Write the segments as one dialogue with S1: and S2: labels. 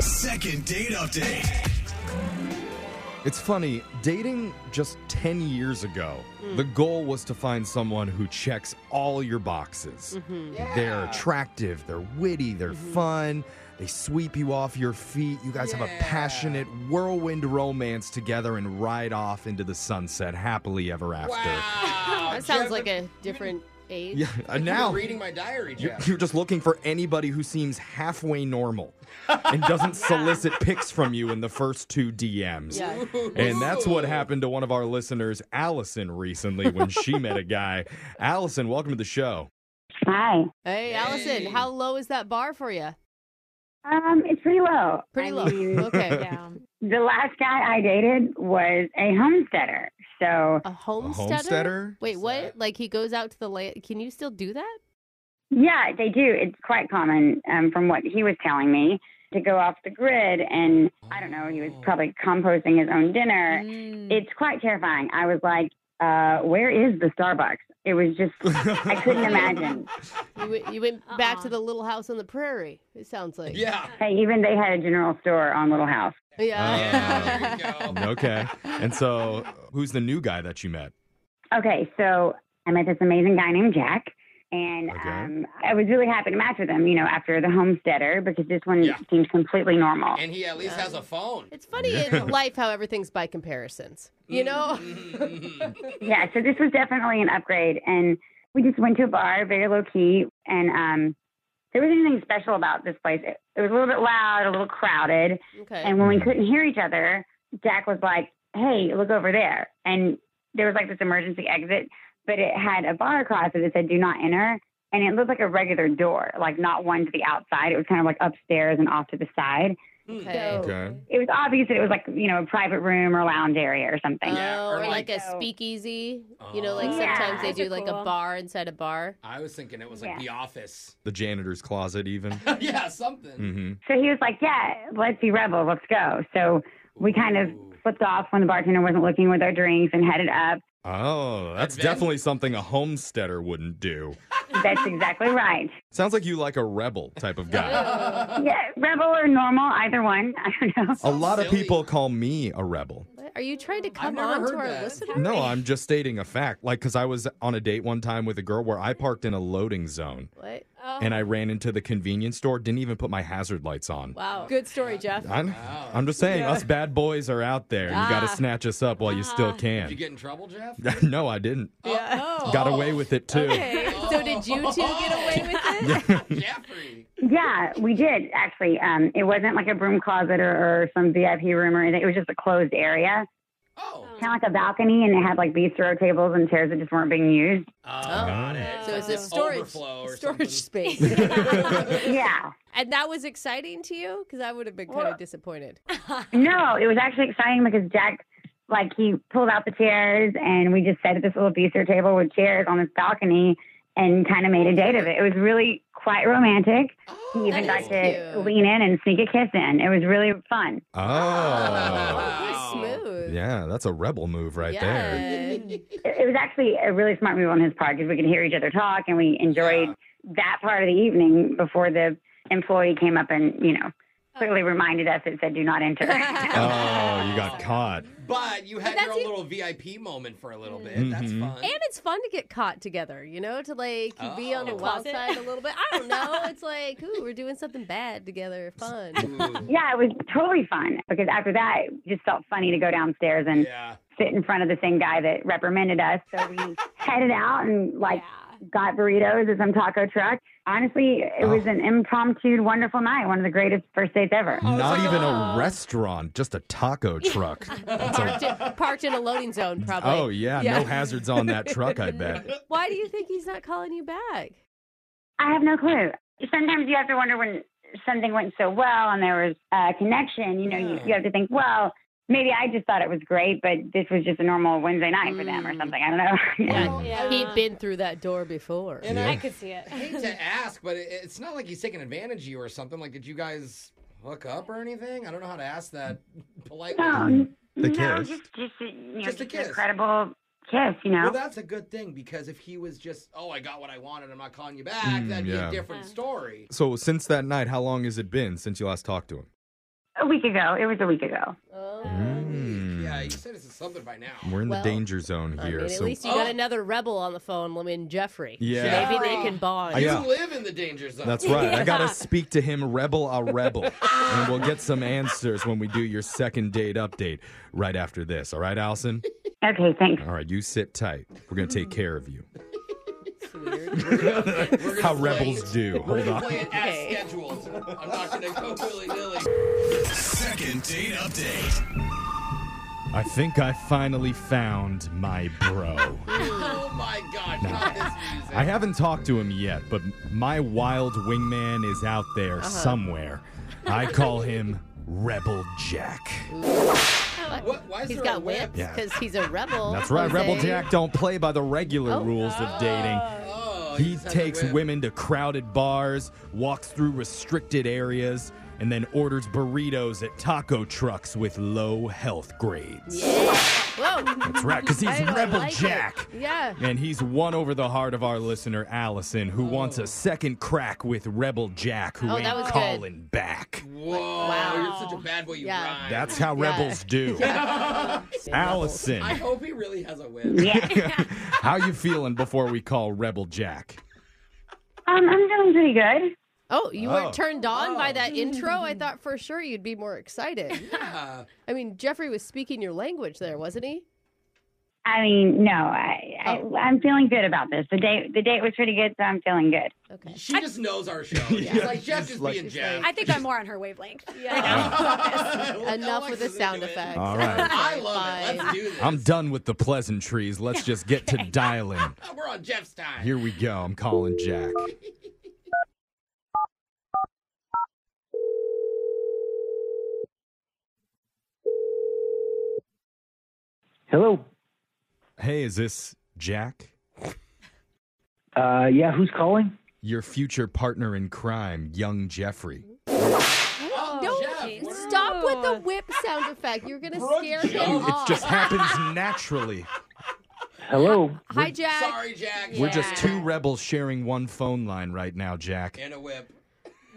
S1: Second date update.
S2: It's funny, dating just 10 years ago, the goal was to find someone who checks all your boxes. They're attractive, they're witty, they're fun, they sweep you off your feet. You guys have a passionate whirlwind romance together and ride off into the sunset happily ever after.
S3: That sounds like a different age.
S2: Yeah, and
S4: Now,
S2: Uh, now
S4: reading my diary,
S2: you're,
S4: Jeff.
S2: you're just looking for anybody who seems halfway normal and doesn't solicit pics from you in the first two DMs.
S3: Yeah.
S2: And that's what happened to one of our listeners, Allison, recently when she met a guy. Allison, welcome to the show.
S5: Hi.
S3: Hey, Allison,
S4: Hey.
S3: how low is that bar for you?
S5: Um, it's pretty low.
S3: Pretty
S5: I
S3: low.
S5: mean,
S3: Okay.
S5: the last guy I dated was a homesteader. So
S3: A homesteader?
S2: homesteader?
S3: Wait, what?
S4: Homesteader.
S3: Like he goes out to the land. Can you still do that?
S5: yeah, they do. It's quite common, um, from what he was telling me, to go off the grid and I don't know, he
S3: Oh.
S5: was probably composting his own dinner.
S3: Mm.
S5: It's quite terrifying. I was like, uh, where is the Starbucks? It was just I couldn't imagine.
S3: You, went- you went back to
S6: Uh-uh.
S3: the little house on the prairie, it sounds like.
S4: Yeah.
S5: Hey, even they had a general store on Little House.
S3: Yeah.
S4: Yeah, there we go.
S2: Um, okay. And so, who's the new guy that you met?
S5: Okay, so I met this amazing guy named Jack, and
S2: Okay.
S5: um, I was really happy to match with him, you know, after the homesteader, because this one
S4: Yeah.
S5: seemed completely normal.
S4: And he at least has a phone.
S3: It's funny in life how everything's by comparisons. You know?
S4: Mm-hmm.
S5: yeah, so this was definitely an upgrade. And we just went to a bar, very low key, and um, there wasn't anything special about this place. It, it was a little bit loud, a little crowded.
S3: Okay.
S5: And when we
S2: Mhm.
S5: couldn't hear each other, Jack was like, hey, look over there. And there was like this emergency exit, but it had a bar across it that said, do not enter. And it looked like a regular door, like not one to the outside. It was kind of like upstairs and off to the side.
S3: Okay.
S2: Okay.
S5: It was obvious that it was like, you know, a private room or lounge area or something.
S3: Oh,
S4: or
S3: or like
S4: like-
S3: a speakeasy. You know, like sometimes they
S6: Yeah.
S3: do
S6: Those are
S3: like a
S6: cool.
S3: bar inside a bar.
S4: I was thinking it was like
S5: Yeah.
S4: The Office.
S2: The janitor's closet, even.
S4: yeah, something.
S2: hmm
S5: So he was like, yeah, let's be rebel. Let's go. So we kind of
S4: Ooh.
S5: flipped off when the bartender wasn't looking with our drinks and headed up.
S2: Oh, that's
S4: Adventure.
S2: definitely something a homesteader wouldn't do.
S5: That's exactly right.
S2: Sounds like you like a rebel type of guy.
S5: Yeah, rebel or normal, either one. I don't know.
S2: a lot of
S4: Silly.
S2: people call me a rebel.
S3: What? Are you trying to come
S4: never
S3: on to
S4: heard
S3: our
S4: that.
S3: listeners?
S2: No, I'm just stating a fact. Like, because I was on a date one time with a girl where I parked in a loading zone.
S3: What?
S2: and I ran into the convenience store, didn't even put my hazard lights on.
S3: Wow.
S6: Good story, Jeff.
S2: I'm, I'm just saying, us bad boys are out there. You got to snatch us up while you still
S4: Did you
S2: can.
S4: get in trouble, Jeff? Oh,
S2: no, I didn't.
S6: Yeah.
S3: Oh,
S2: Got away with it too.
S6: Okay. So did you two get away with it?
S4: Jeffrey.
S5: Yeah, we did actually. Um, it wasn't like a broom closet or, or some VIP room or anything. It was just a closed area,
S4: Oh.
S5: kind of like a balcony, and it had like bistro tables and chairs that just weren't being used.
S4: got it.
S3: So is
S6: Uh,
S3: it storage
S4: overflow or
S3: storage
S6: something.
S3: space?
S5: yeah.
S3: and that was exciting to you because I would have been kind of disappointed.
S5: No, it was actually exciting because Jack, like, he pulled out the chairs, and we just sat at this little bistro table with chairs on this balcony, and kind of made a date of it. It was really quite romantic. He even
S3: Oh, That
S5: got
S3: is
S5: to
S3: cute.
S5: lean in and sneak a kiss in. It was really fun.
S2: Oh.
S3: That was smooth.
S2: Yeah, that's a rebel move right there.
S3: Yeah.
S5: it it was actually a really smart move on his part because we could hear each other talk and we enjoyed that part of the evening before the employee came up and you know clearly reminded us it said do not enter
S2: Oh, you got caught.
S4: But you had your
S3: that's
S4: own
S3: e-
S4: little VIP moment for a little bit. That's
S2: Mhm.
S4: fun.
S3: And it's fun to get caught together, you know, to like be on the
S4: Oh.
S3: wild
S6: Closet.
S3: side a little bit. I don't know. It's like, ooh, we're doing something bad together. Fun.
S4: Ooh,
S5: yeah it was totally fun because after that it just felt funny to go downstairs and
S4: yeah.
S5: sit in front of the same guy that reprimanded us so we headed out and like got burritos at some taco truck honestly it was
S2: Oh.
S5: an impromptu wonderful night one of the greatest first dates ever
S2: Not even a restaurant, just a taco truck. That's a-
S3: parked, in, parked in a loading zone, probably.
S2: oh, yeah, no hazards on that truck, I bet.
S3: Why do you think he's not calling you back?
S5: I have no clue. Sometimes you have to wonder when something went so well and there was a connection. You know, you, you have to think, well, maybe I just thought it was great, but this was just a normal Wednesday night for
S4: Mm.
S5: them or something. I don't know. yeah.
S3: Yeah.
S6: Yeah.
S3: He'd been through that door before.
S4: And
S2: Yeah.
S6: I could see it.
S4: I hate to ask, but it, it's not like he's taking advantage of you or something. Like, did you guys hook up or anything? I don't know how to ask that politely.
S5: No,
S2: They
S5: no,
S2: kissed.
S5: just just a, you know,
S4: Just
S5: just,
S4: a
S5: an
S4: kiss.
S5: incredible kiss. You know.
S4: Well, that's a good thing because if he was just, oh, I got what I wanted, I'm not calling you back,
S2: Mm,
S4: that'd
S2: yeah.
S4: be a different story.
S2: So, since that night, how long has it been since you last talked to him?
S5: a week ago. It was a week ago.
S3: Oh.
S4: Yeah, you said it's something by now.
S2: Hmm. We're in
S3: Well,
S2: the danger zone
S3: I
S2: here.
S3: mean, at
S2: so
S3: least you got another rebel on the phone, Lemon Jeffrey.
S2: Yeah.
S3: Maybe they can bond.
S2: I-
S4: You
S2: Yeah.
S4: live in the danger zone.
S2: that's right. I gotta
S3: Yeah.
S2: speak to him, rebel a rebel, and we'll get some answers when we do your second date update right after this. All right, Allison.
S5: Okay, thanks.
S2: All right, you sit tight. We're gonna take care of you.
S3: It's weird.
S4: We're gonna
S2: How
S4: play
S2: rebels
S4: it-
S2: do.
S4: We're
S2: Hold
S4: gonna
S2: on.
S4: play it as
S3: Okay.
S4: scheduled. I'm not gonna go willy nilly.
S1: Second date update.
S2: I think I finally found my bro.
S4: Oh my gosh, not this music.
S2: I haven't talked to him yet, but my wild wingman is out there
S3: Uh-huh.
S2: somewhere. I call him Rebel Jack.
S4: What, why is
S3: He's
S4: there a
S3: got
S4: whip?
S3: whips
S2: Yeah.
S3: because he's a rebel.
S2: That's right,
S3: Jose.
S2: Rebel Jack don't play by the regular rules of dating.
S4: Oh,
S2: He
S4: just has a
S2: takes
S4: whip.
S2: women to crowded bars, walks through restricted areas, and then orders burritos at taco trucks with low health grades.
S3: Whoa.
S2: That's right, because he's
S3: I
S2: Rebel
S3: like it.
S2: Jack.
S3: Yeah.
S2: And he's won over the heart of our listener, Allison, who wants a second crack with Rebel Jack, who
S3: Oh,
S2: ain't
S3: that was good.
S2: calling back.
S4: Whoa, you're such a bad boy, you
S3: Yeah.
S4: rhyme.
S2: That's how rebels do. Allison,
S4: I hope he really has a whip.
S5: Yeah.
S2: how you feeling before we call Rebel Jack?
S5: Um, I'm feeling pretty good.
S3: Oh, you
S2: Oh.
S3: weren't turned on by that intro? I thought for sure you'd be more excited.
S4: Yeah.
S3: I mean, Jeffrey was speaking your language there, wasn't he?
S5: I mean, no, I,
S4: Oh.
S5: I I'm feeling good about this. The date the date was pretty good, so I'm feeling good.
S3: Okay.
S4: She just knows our show. She's like, Jeff just being Jeff.
S6: I think I'm more on her wavelength.
S3: Enough with the sound effects.
S4: effect.
S2: All right.
S4: I love it.
S3: Fine.
S4: Let's do this.
S2: I'm done with the pleasantries. Let's just get to dialing.
S4: Uh, We're on Jeff's time.
S2: Here we go. I'm calling Jack.
S7: Hello.
S2: Hey, is this Jack?
S7: Uh, yeah, who's calling?
S2: Your future partner in crime, young Jeffrey.
S4: Oh,
S3: No,
S4: Jeff, what are-
S3: Stop with the whip sound effect. You're going to scare him
S4: joke.
S2: It
S3: off.
S2: just happens naturally.
S7: Hello.
S3: Hi, Jack.
S4: Sorry, Jack.
S2: We're just
S3: Yeah.
S2: two rebels sharing one phone line right now, Jack.
S4: And a whip.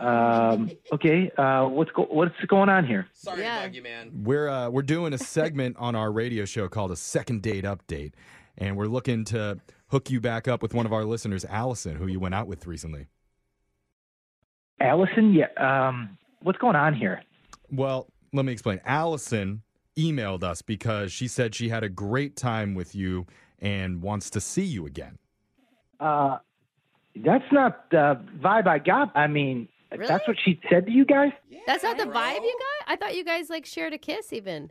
S7: Um, okay. Uh, what's go- what's going on here?
S4: Sorry to
S3: Yeah.
S4: bug you, man.
S2: We're uh, we're doing a segment on our radio show called a second date update, and we're looking to hook you back up with one of our listeners, Allison, who you went out with recently.
S7: Allison. Yeah. Um, what's going on here?
S2: Well, let me explain. Allison emailed us because she said she had a great time with you and wants to see you again.
S7: Uh, that's not the vibe I got. I mean,
S3: Really?
S7: that's what she said to you guys.
S3: That's not the
S4: Bro.
S3: vibe you got? I thought you guys like shared a kiss even.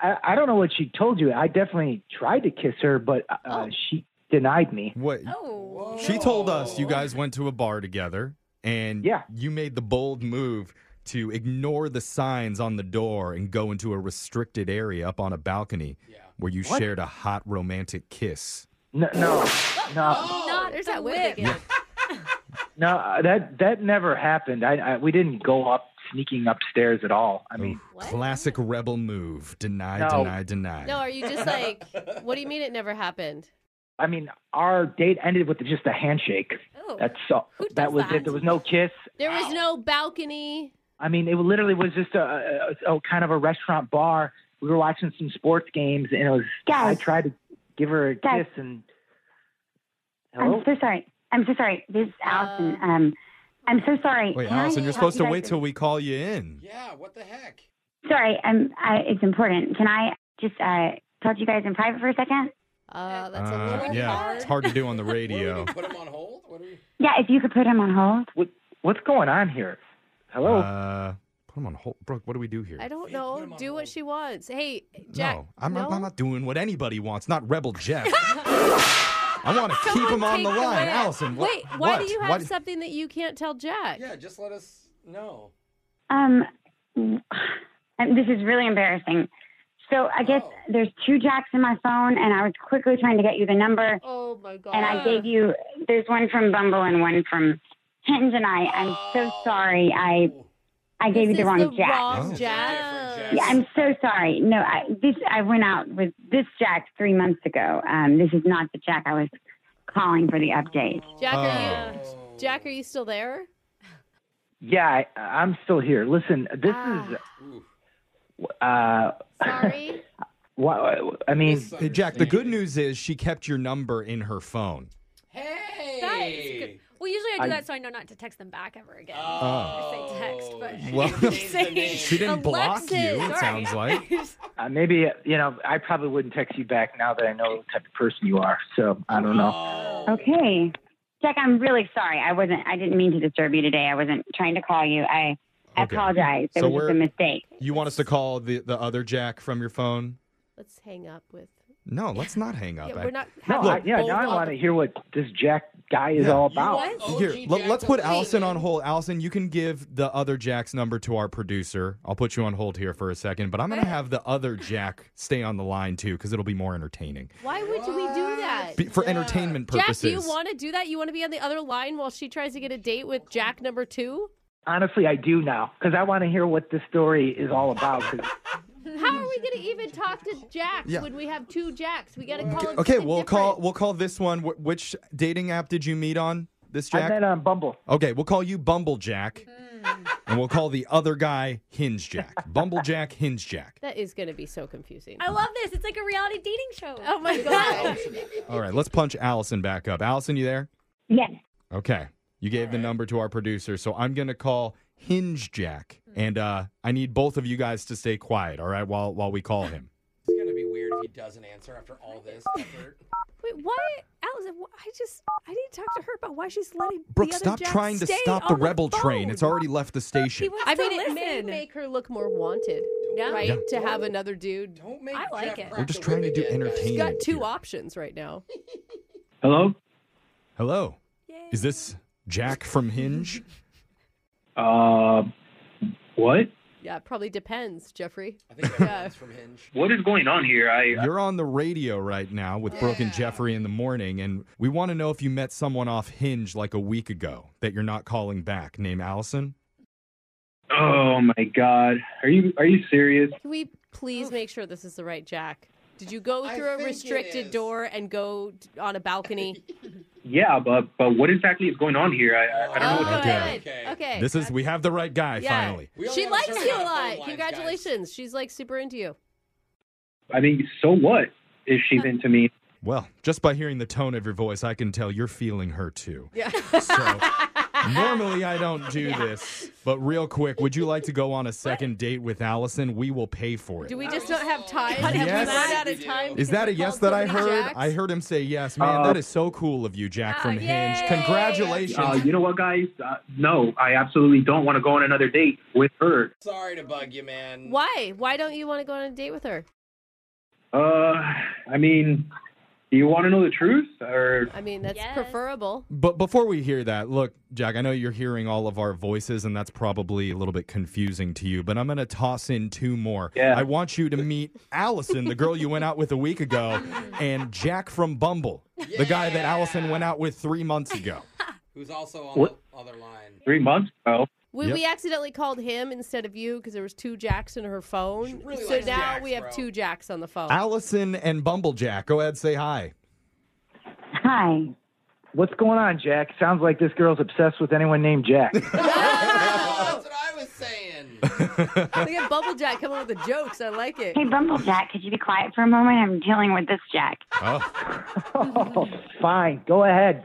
S7: I, I don't know what she told you. I definitely tried to kiss her, but uh,
S3: Oh.
S7: she denied me.
S2: What
S6: Oh.
S2: she told us, you guys went to a bar together, and
S7: Yeah.
S2: you made the bold move to ignore the signs on the door and go into a restricted area up on a balcony
S4: Yeah.
S2: where you
S7: What?
S2: shared a hot romantic kiss.
S7: No, no, no,
S4: Oh,
S3: Not, there's that whip again.
S7: no. uh, That that never happened. I, I we didn't go up sneaking upstairs at all. I mean,
S2: Oof. classic rebel move. Deny,
S7: No.
S2: deny, deny.
S3: No, are you just like, what do you mean it never happened?
S7: I mean, our date ended with just a handshake.
S6: Oh.
S7: That's all.
S6: Who
S7: that
S6: does
S7: was
S6: that?
S7: it. There was no kiss.
S3: There was no balcony.
S7: I mean, it literally was just a, a, a kind of a restaurant bar. We were watching some sports games, and it was. I
S5: Guys.
S7: tried to give her a
S5: Guys.
S7: kiss, and
S5: I'm so sorry. I'm so sorry. This is
S3: Uh,
S5: Allison. Um, I'm so sorry.
S2: Wait,
S5: Can I
S2: Allison, you're
S5: talk
S2: supposed to
S5: you guys-
S2: wait till we call you in.
S4: Yeah, what the heck?
S5: Sorry, I'm. I, it's important. Can I just uh talk to you guys in private for a second?
S3: Uh, that's a
S2: Uh,
S3: little
S2: yeah,
S3: hard.
S2: it's hard to do on the
S4: What are we
S2: radio.
S4: gonna put him on hold? What are we?
S5: Yeah, if you could put him on hold.
S7: what, what's going on here? Hello.
S2: Uh, put him on hold. Brooke, what do we do here?
S3: I don't
S4: put
S3: know.
S4: him on
S3: Do what
S4: hold.
S3: she wants. Hey, Jack.
S2: no, I'm,
S3: no?
S2: I'm, I'm not doing what anybody wants. Not Rebel Jeff. I want to keep him on
S6: take
S2: the
S6: the
S2: line,
S6: whip.
S2: Allison. wha-
S3: Wait, why
S2: what?
S3: do you
S2: Why
S3: have
S2: d-
S3: something that you can't tell Jack?
S4: Yeah, just let us know.
S5: Um, and this is really embarrassing. So I guess
S4: Oh.
S5: there's two Jacks in my phone, and I was quickly trying to get you the number,
S3: Oh my god.
S5: and I gave you. There's one from Bumble and one from Hinge, and I. I'm so sorry. I I
S3: Oh. This
S5: gave you
S3: is
S5: the wrong
S3: the
S5: Jack.
S3: wrong
S2: Oh.
S3: Jack.
S4: Different Jack.
S5: Yeah, I'm so sorry. No, I, this I went out with this Jack three months ago. Um, this is not the Jack I was calling for the update.
S3: Jack, are you
S2: Oh.
S3: Jack, are you still there?
S7: Yeah, I, I'm still here. Listen, this is. Uh,
S3: Sorry.
S7: wha- I mean,
S2: Hey, Jack, the good news is she kept your number in her phone.
S4: Hey.
S6: That is good. Well, usually I do
S7: I-
S6: that so I know not to text them back ever again.
S4: Oh.
S6: I say text, but
S2: Well,
S4: Change the name.
S2: She didn't block you,
S6: Alexis,
S2: it
S6: sorry.
S2: sounds like.
S7: uh, maybe you know. I probably wouldn't text you back now that I know the type of person you are. So I don't
S2: Uh,
S7: know.
S4: Oh.
S5: Okay. Jack, I'm really sorry. I wasn't. I didn't mean to disturb you today. I wasn't trying to call you. I, I
S2: Okay.
S5: apologize. It
S2: So
S5: was
S2: we're-
S5: just a mistake.
S2: You want us to call the, the other Jack from your phone?
S3: Let's hang up with.
S2: No, let's not hang up.
S3: Yeah,
S2: I-
S3: we're not.
S7: No,
S3: having
S7: I, yeah.
S3: both
S7: Now I
S3: on
S7: want
S3: the-
S7: to hear what this Jack guy is
S2: Yeah.
S7: all
S2: You
S7: about.
S4: want OG
S2: Here, let,
S4: Oh, Jack
S2: us
S4: to
S2: put
S4: leave.
S2: Allison on hold. Allison, you can give the other Jack's number to our producer. I'll put you on hold here for a second, but I'm going to have the other Jack stay on the line too because it'll be more entertaining
S3: Why would we do that?
S2: Be- for
S4: Yeah.
S2: entertainment
S3: Jack,
S2: purposes.
S3: do you want to do that? You want to be on the other line while she tries to get a date with Jack number two?
S7: Honestly, I do now because I want to hear what this story is all about. 'cause
S3: How are we going to even talk to Jack
S2: Yeah.
S3: when we have two Jacks? We got to call. him
S2: okay,
S3: something
S2: we'll
S3: different.
S2: call. We'll call this one. Wh- which dating app did you meet on? This
S7: I
S2: Jack.
S7: met on Bumble.
S2: Okay, we'll call you Bumble Jack,
S6: Hmm.
S2: and we'll call the other guy Hinge Jack. Bumble Jack, Hinge Jack.
S3: That is going to be so confusing.
S6: I love this. It's like a reality dating show.
S3: Oh my god.
S2: All right, let's punch Allison back up. Allison, you there?
S5: Yes.
S2: Okay. You gave the number to our producer, so I'm going to call Hinge Jack,
S6: Hmm.
S2: and uh, I need both of you guys to stay quiet. All right, while while we call him.
S4: It's gonna be weird if he doesn't answer after all this effort.
S6: Wait, why, Allison? wh- I just I need to talk to her about why she's letting the
S2: Brooke,
S6: other
S2: stop
S6: Jack
S2: trying to
S6: stay
S2: stop the
S6: on
S2: rebel train.
S6: phone.
S2: It's already left the
S6: He
S2: station.
S6: wants
S3: I
S6: to
S3: mean, it may
S6: listen.
S3: make her look more wanted,
S6: Yeah.
S3: right?
S6: Yeah.
S3: To have another dude.
S4: Don't make.
S6: I like
S4: Jeff
S6: it.
S4: crack
S2: We're just
S4: the
S2: trying to
S4: whip
S2: do
S4: again, guys.
S2: entertainment.
S3: She's got two
S2: here.
S3: options right now.
S7: Hello.
S2: Hello. Is this Jack from Hinge?
S7: Uh, what?
S3: Yeah, it probably depends, Jeffrey.
S4: I think that's from Hinge.
S7: What is going on here? I
S2: You're on the radio right now with Brooke and Jeffrey in the morning, and we want to know if you met someone off Hinge like a week ago that you're not calling back, named Allison.
S7: oh my god, are you are you serious?
S3: Can we please make sure this is the right Jack? Did you go
S4: I
S3: through a
S4: think it
S3: restricted
S4: is.
S3: door and go t- on a balcony?
S7: Yeah, but but what exactly is going on here? I
S4: I don't know
S3: oh,
S4: what
S3: good.
S4: to do.
S3: Okay.
S4: Okay.
S2: This is we have the right guy
S3: yeah.
S2: finally.
S4: We only
S3: She
S4: have a
S3: likes
S4: certain
S3: you a
S4: amount of phone
S3: lot.
S4: lines, guys.
S3: Congratulations. She's like super into you.
S7: I mean, so what if she's into me?
S2: Well, just by hearing the tone of your voice, I can tell you're feeling her too. Yeah. so normally I don't do this, but real quick, would you like to go on a second date with Allison? We will pay for it. Is
S3: Do we just don't have time?
S2: Yes.
S3: Have we run out
S4: We
S3: of
S4: do.
S3: time?
S2: that a yes that I heard? I heard him say yes. Man,
S7: Uh,
S2: that is so cool of you, Jack from
S6: Oh,
S2: Hinge.
S6: yay.
S2: Congratulations.
S7: Uh, you know what, guys? Uh, no, I absolutely don't want to go on another date with her.
S4: Sorry to bug you, man.
S3: Why? Why don't you want to go on a date with her?
S7: Uh, I mean, do you want to know the truth? Or
S3: I mean, that's
S6: Yes.
S3: preferable.
S2: But before we hear that, look, Jack, I know you're hearing all of our voices, and that's probably a little bit confusing to you, but I'm going to toss in two more.
S7: Yeah.
S2: I want you to meet Allison, the girl you went out with a week ago, and Jack from Bumble, the guy that Allison went out with three months ago.
S4: Who's also on
S7: What?
S4: the other line?
S7: three months, bro?
S3: We,
S2: Yep.
S3: we accidentally called him instead of you because there was two Jacks in her phone.
S4: really
S3: so
S4: likes
S3: now
S4: Jacks,
S3: we have
S4: bro.
S3: two Jacks on the phone.
S2: Allison and Bumble Jack, go ahead, say hi.
S5: Hi.
S7: What's going on, Jack? Sounds like this girl's obsessed with anyone named Jack.
S4: That's what I was saying.
S3: Look at Bubble Jack coming with the jokes. I like it.
S5: Hey, Bumblejack, could you be quiet for a moment? I'm dealing with this Jack.
S2: Oh.
S7: Fine, go ahead.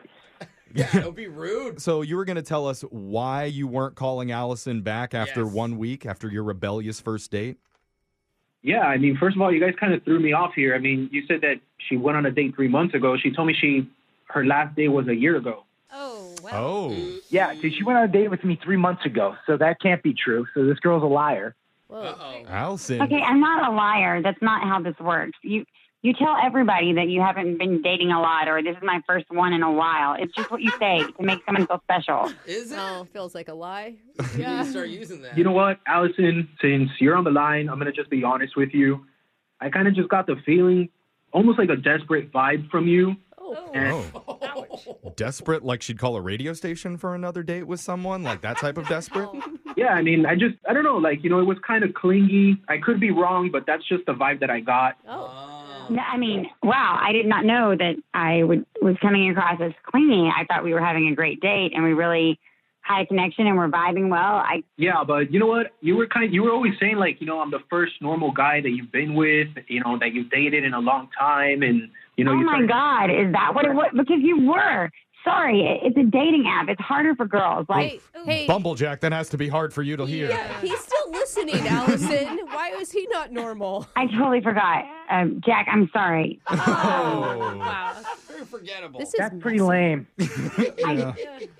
S4: yeah, don't be rude.
S2: So you were going to tell us why you weren't calling Allison back after
S4: Yes.
S2: one week, after your rebellious first date?
S7: Yeah, I mean, first of all, you guys kind of threw me off here. I mean, you said that she went on a date three months ago. She told me she her last day was a year ago.
S6: Oh well.
S2: Oh.
S7: Yeah, see, she went on a date with me three months ago, so that can't be true. So this girl's a liar.
S3: Whoa.
S4: Uh-oh.
S2: Allison.
S5: Okay, I'm not a liar. That's not how this works. You you tell everybody that you haven't been dating a lot or this is my first one in a while. It's just what you say to make someone feel special.
S4: Is it?
S3: Oh, feels like a lie.
S4: You need
S3: Yeah.
S4: to start using that.
S7: You know what, Allison? Since you're on the line, I'm gonna just be honest with you. I kind of just got the feeling, almost like a desperate vibe from you.
S3: Oh.
S2: Oh. desperate like she'd call a radio station for another date with someone like that type of desperate
S7: Yeah, I mean, I just, I don't know, like you know, it was kind of clingy. I could be wrong, but that's just the vibe that I got.
S3: Oh.
S4: Uh,
S5: No, I mean, wow, I did not know that I would was coming across as clingy. I thought we were having a great date and we really high connection and we're vibing well, I
S7: Yeah, but you know what? You were kind. you were always saying like, you know, I'm the first normal guy that you've been with, you know, that you've dated in a long time, and you know,
S5: oh
S7: you
S5: my
S7: started-
S5: god, is that what it was? Because you were. Sorry, it- it's a dating app. It's harder for girls. Like
S6: Hey, hey,
S2: Bumblejack, that has to be hard for you to hear.
S3: Oh.
S6: yeah, he's still listening, Allison. Why is he not normal?
S5: I totally forgot. Um, Jack, I'm sorry.
S2: Oh.
S6: Wow,
S4: Very forgettable.
S3: This is
S8: That's pretty lame.
S2: Yeah.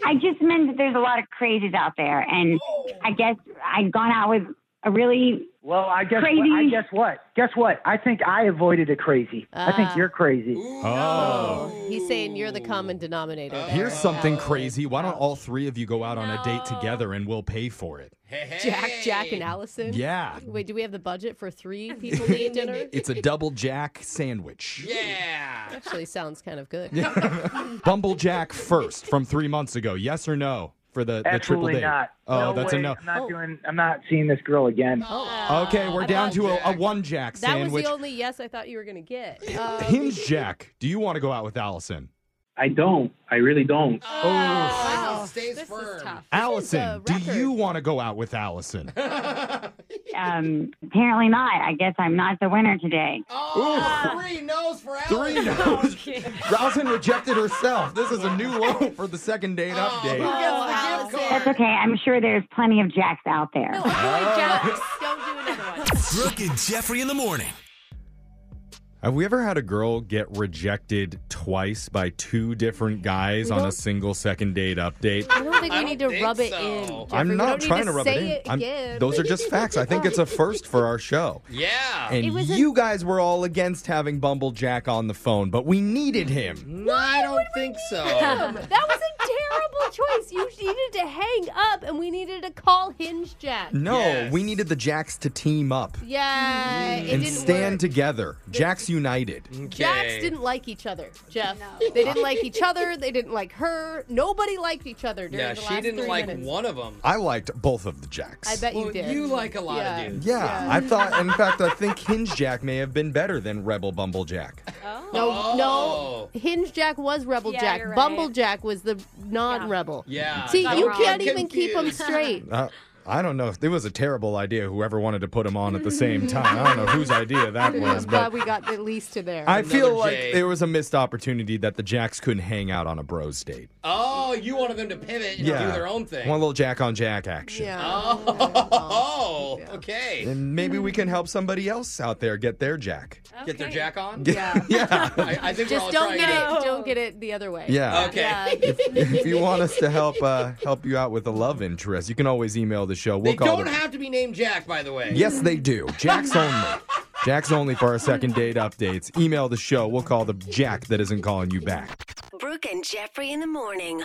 S5: I just meant that there's a lot of crazies out there, and I guess I'd gone out with a really
S8: Well, I guess
S5: Crazy.
S8: What, I guess what? Guess what? I think I avoided a crazy. I think you're crazy.
S2: Oh.
S3: Oh, he's saying you're the common denominator. there,
S2: Here's something
S3: Allison.
S2: crazy. Why don't all three of you go out on a date together and we'll pay for it?
S4: Hey, hey.
S3: Jack, Jack, and Allison.
S2: Yeah.
S3: Wait, do we have the budget for three people to eat dinner?
S2: It's a double jack sandwich.
S4: Yeah.
S3: Actually, sounds kind of good.
S2: Bumblejack first from three months ago. Yes or no for the, the triple
S8: Absolutely
S2: date?
S8: not.
S2: Oh,
S8: no
S2: that's
S8: way.
S2: a no.
S8: I'm not doing. I'm not seeing this girl again.
S2: Okay, we're down to a, a
S4: Jack.
S2: one jack
S3: That was
S2: sandwich.
S3: the only yes I thought you were going to get. Um,
S2: Hinge Jack, do you want to go out with Allison?
S7: I don't. I really don't.
S4: Michael stays
S6: this
S4: firm.
S6: is tough.
S2: Allison, do
S3: uh, record.
S2: you want to go out with Allison?
S5: um, apparently not. I guess I'm not the winner today.
S4: Oh,
S3: Uh,
S4: three no's for Allison.
S2: Three no's. Allison rejected herself. This is a new low for the second date
S3: Oh,
S2: update.
S6: Oh,
S4: Who gets the gift
S5: That's
S4: card?
S5: okay. I'm sure there's plenty of Jacks out there.
S6: don't do another one.
S1: Brooke and Jeffrey in the morning.
S2: Have we ever had a girl get rejected twice by two different guys
S3: We
S2: on a
S3: don't-
S2: single second date update?
S3: I don't think
S4: I
S3: we
S4: don't
S3: need to
S4: think
S3: rub it
S4: so.
S3: in.
S4: I'm
S3: Jeffrey. We
S2: I'm
S3: don't
S2: not
S3: need
S2: trying to rub it
S3: say
S2: in.
S3: it
S2: I'm-
S3: again.
S2: those are just facts. I think it's a first for our show.
S4: Yeah.
S2: And
S3: It was a-
S2: you guys were all against having Bumblejack on the phone, but we needed him.
S4: No, I don't think so.
S6: him?
S3: That was a terrible choice. You needed to hang up, and we needed to call Hinge Jack.
S2: No,
S4: Yes.
S2: we needed the Jacks to team up
S3: Yeah, it
S2: and
S3: didn't
S2: stand
S3: work.
S2: together. Jacks united.
S3: Jacks didn't like each other, Jeff. They didn't like each other. They didn't like her. Nobody liked each other during
S4: Yeah,
S3: the
S4: she
S3: last
S4: didn't
S3: three
S4: like
S3: minutes.
S4: one of them.
S2: I liked both of the Jacks.
S3: I bet
S4: Well,
S3: you did.
S4: you like a lot of
S3: Yeah.
S4: dudes.
S2: Yeah, I thought. In fact, I think Hinge Jack may have been better than Rebel Bumble Jack.
S3: No,
S4: Oh.
S3: no. Hinge Jack was Rebel
S6: Yeah,
S3: Jack.
S6: you're right.
S3: Bumble Jack was the non-rebel.
S4: Yeah.
S3: See,
S6: Got
S3: you
S6: it wrong.
S3: can't even keep them
S4: Confused.
S3: straight.
S2: Uh, I don't know. It was a terrible idea. Whoever wanted to put them on at the same time. I don't know whose idea that was,
S3: That's why
S2: but
S3: we got at least to there.
S2: I feel
S4: Another
S2: like
S4: J.
S2: there was a missed opportunity that the Jacks couldn't hang out on a bros date.
S4: Oh, you wanted them to pivot and
S2: Yeah,
S4: do their own thing.
S2: One little Jack on Jack action.
S3: yeah.
S4: Oh, okay.
S2: And maybe we can help somebody else out there get their Jack.
S4: Get their jack on.
S3: Yeah.
S4: I, I think we're
S3: Just
S4: all
S3: don't
S4: trying
S3: get
S4: to-
S3: it. Don't get it the other way.
S2: Uh, Yeah.
S4: Okay.
S3: Yeah.
S2: if you want us to help uh, help you out with a love interest, you can always email the show. We'll
S4: They
S2: call
S4: don't
S2: the-
S4: have to be named Jack, by the way.
S2: Yes, they do. Jack's only. Jack's only for our second date updates. Email the show. We'll call the Jack that isn't calling you back.
S9: Brooke and Jeffrey in the morning.